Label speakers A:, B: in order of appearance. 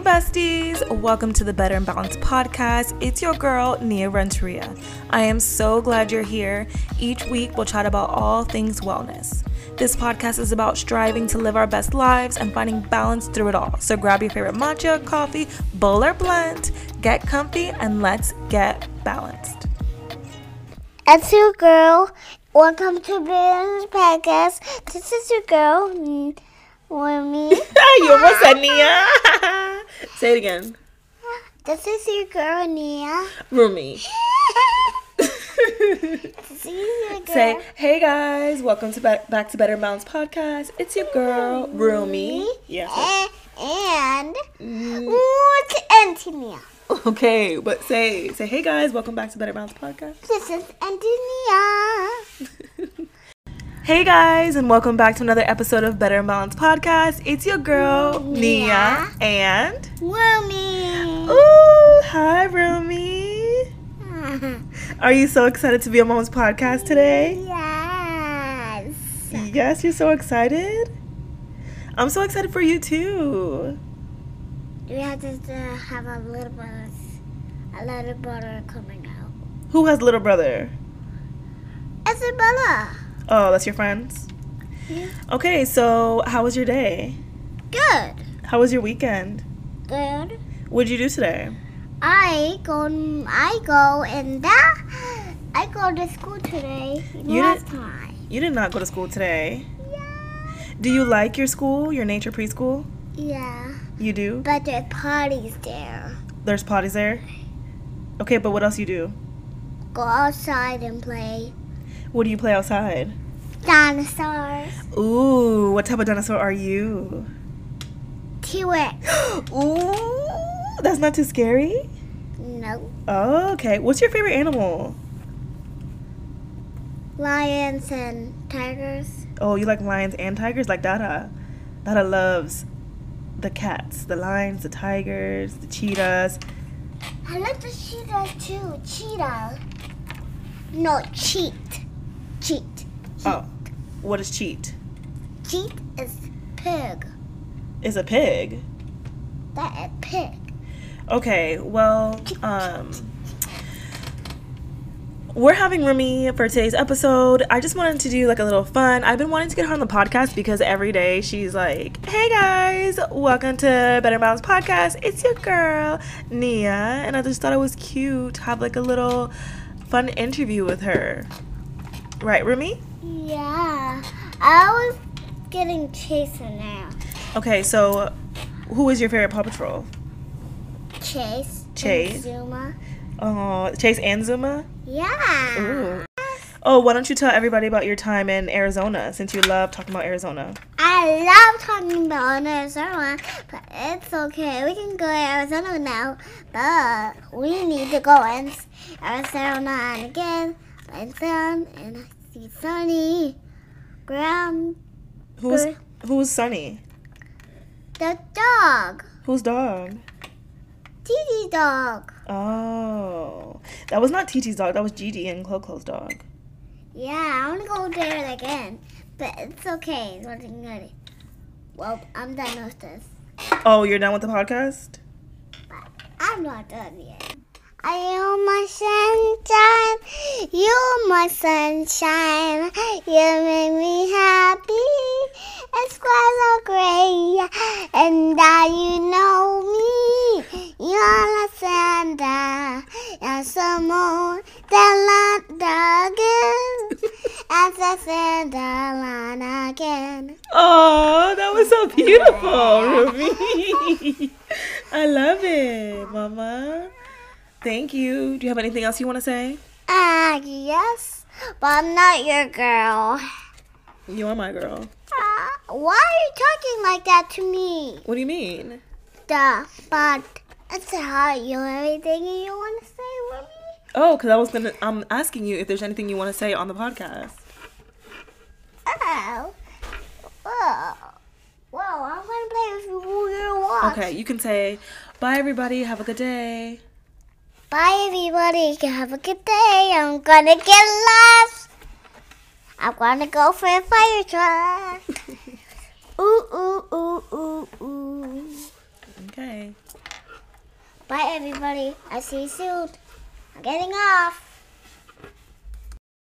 A: besties. Welcome to the Better and Balanced podcast. It's your girl, Nia Renteria. I am so glad you're here. Each week, we'll chat about all things wellness. This podcast is about striving to live our best lives and finding balance through it all. So grab your favorite matcha, coffee, bowl, or blunt, get comfy, and let's get balanced.
B: It's your girl. Welcome to Ben's podcast. This is your girl, mm, with me.
A: you almost said Nia. Say it again.
B: This is your girl, Nia.
A: Roomy.
B: This is your girl.
A: Say, hey guys, welcome to back, back to Better and Balanced podcast. It's your girl, Roomy. Yeah. Mm.
B: A- and what Antonia?
A: Okay, but say, say, hey guys, welcome back to Better and Balanced podcast.
B: This is Antonia.
A: Hey guys, and welcome back to another episode of Better and Balanced podcast. It's your girl, Nia,
B: Nia.
A: and
B: Roomy.
A: ooh, hi, Roomy. Are you so excited to be on Mom's podcast today?
B: yes.
A: Yes, you're so excited. I'm so excited for you too.
B: We have to uh, have a little butter, a little butter coming out.
A: Who has little brother?
B: Isabella.
A: Oh, that's your friends.
B: Yeah.
A: Okay, so how was your day?
B: Good.
A: How was your weekend?
B: Good.
A: What'd you do today?
B: I go. I go in that. I go to school today.
A: You
B: last time.
A: You did not go to school today.
B: Yeah.
A: Do you like your school, your nature preschool?
B: Yeah.
A: You do?
B: But there's parties there.
A: There's potties there. Okay, but what else you do?
B: Go outside and play
A: What do you play outside?
B: dinosaurs.
A: Ooh, what type of dinosaur are you?
B: T Rex.
A: Ooh, that's not too scary.
B: No.
A: Okay, what's your favorite animal?
B: Lions and tigers.
A: Oh, you like lions and tigers like Dada. Dada loves the cats, the lions, the tigers, the cheetahs.
B: I like the cheetah too. Cheetah. No, cheat. Cheat.
A: Oh, what is cheat?
B: Cheat is pig.
A: Is a pig.
B: That is pig.
A: Okay, well, um, we're having Rumi for today's episode. I just wanted to do like a little fun. I've been wanting to get her on the podcast because every day she's like, "Hey guys, welcome to Better Balance Podcast. It's your girl Nia," and I just thought it was cute to have like a little fun interview with her. Right, Rumi?
B: Yeah, I was getting Chase in there.
A: Okay, so who is your favorite Paw Patrol?
B: Chase. and
A: Chase.
B: Zuma.
A: Oh, Chase and Zuma.
B: Yeah.
A: Ooh. Oh, why don't you tell everybody about your time in Arizona since you love talking about Arizona?
B: I love talking about Arizona, but it's okay. We can go to Arizona now, but we need to go in Arizona and again and sun and see sunny ground.
A: Who's
B: Good.
A: who's Sunny?
B: The dog,
A: Who's dog?
B: Titi dog.
A: Oh, that was not Titi's dog. That was Gigi and Clo's dog.
B: Yeah, I want to go there again, but it's okay. It's nothing good. Well, I'm done with this.
A: Oh, you're done with the podcast?
B: I'm not done yet. I am my sunshine. You're my sunshine. You make me happy. It's quite so great. And that you know me. You're a Santa. You're some more than London again. As a Santa line again.
A: Oh, that was so beautiful, Ruby. I love it, Mama. Thank you. Do you have anything else you want to say?
B: Ah, yes. But I'm not your girl.
A: You're my girl.
B: Uh, why are you talking like that to me?
A: What do you mean?
B: Duh, but it's hard. You everything you want to say for me?
A: Oh, because I was gonna. I'm asking you if there's anything you want to say on the podcast.
B: Oh. Well, well, I'm going to play with you your watch.
A: Okay, you can say bye, everybody. Have a good day.
B: Bye, everybody. Have a good day. I'm going to get lost. I'm going to go for a fire truck. ooh, ooh, ooh, ooh, ooh.
A: Okay.
B: everybody. I see you soon. I'm getting off.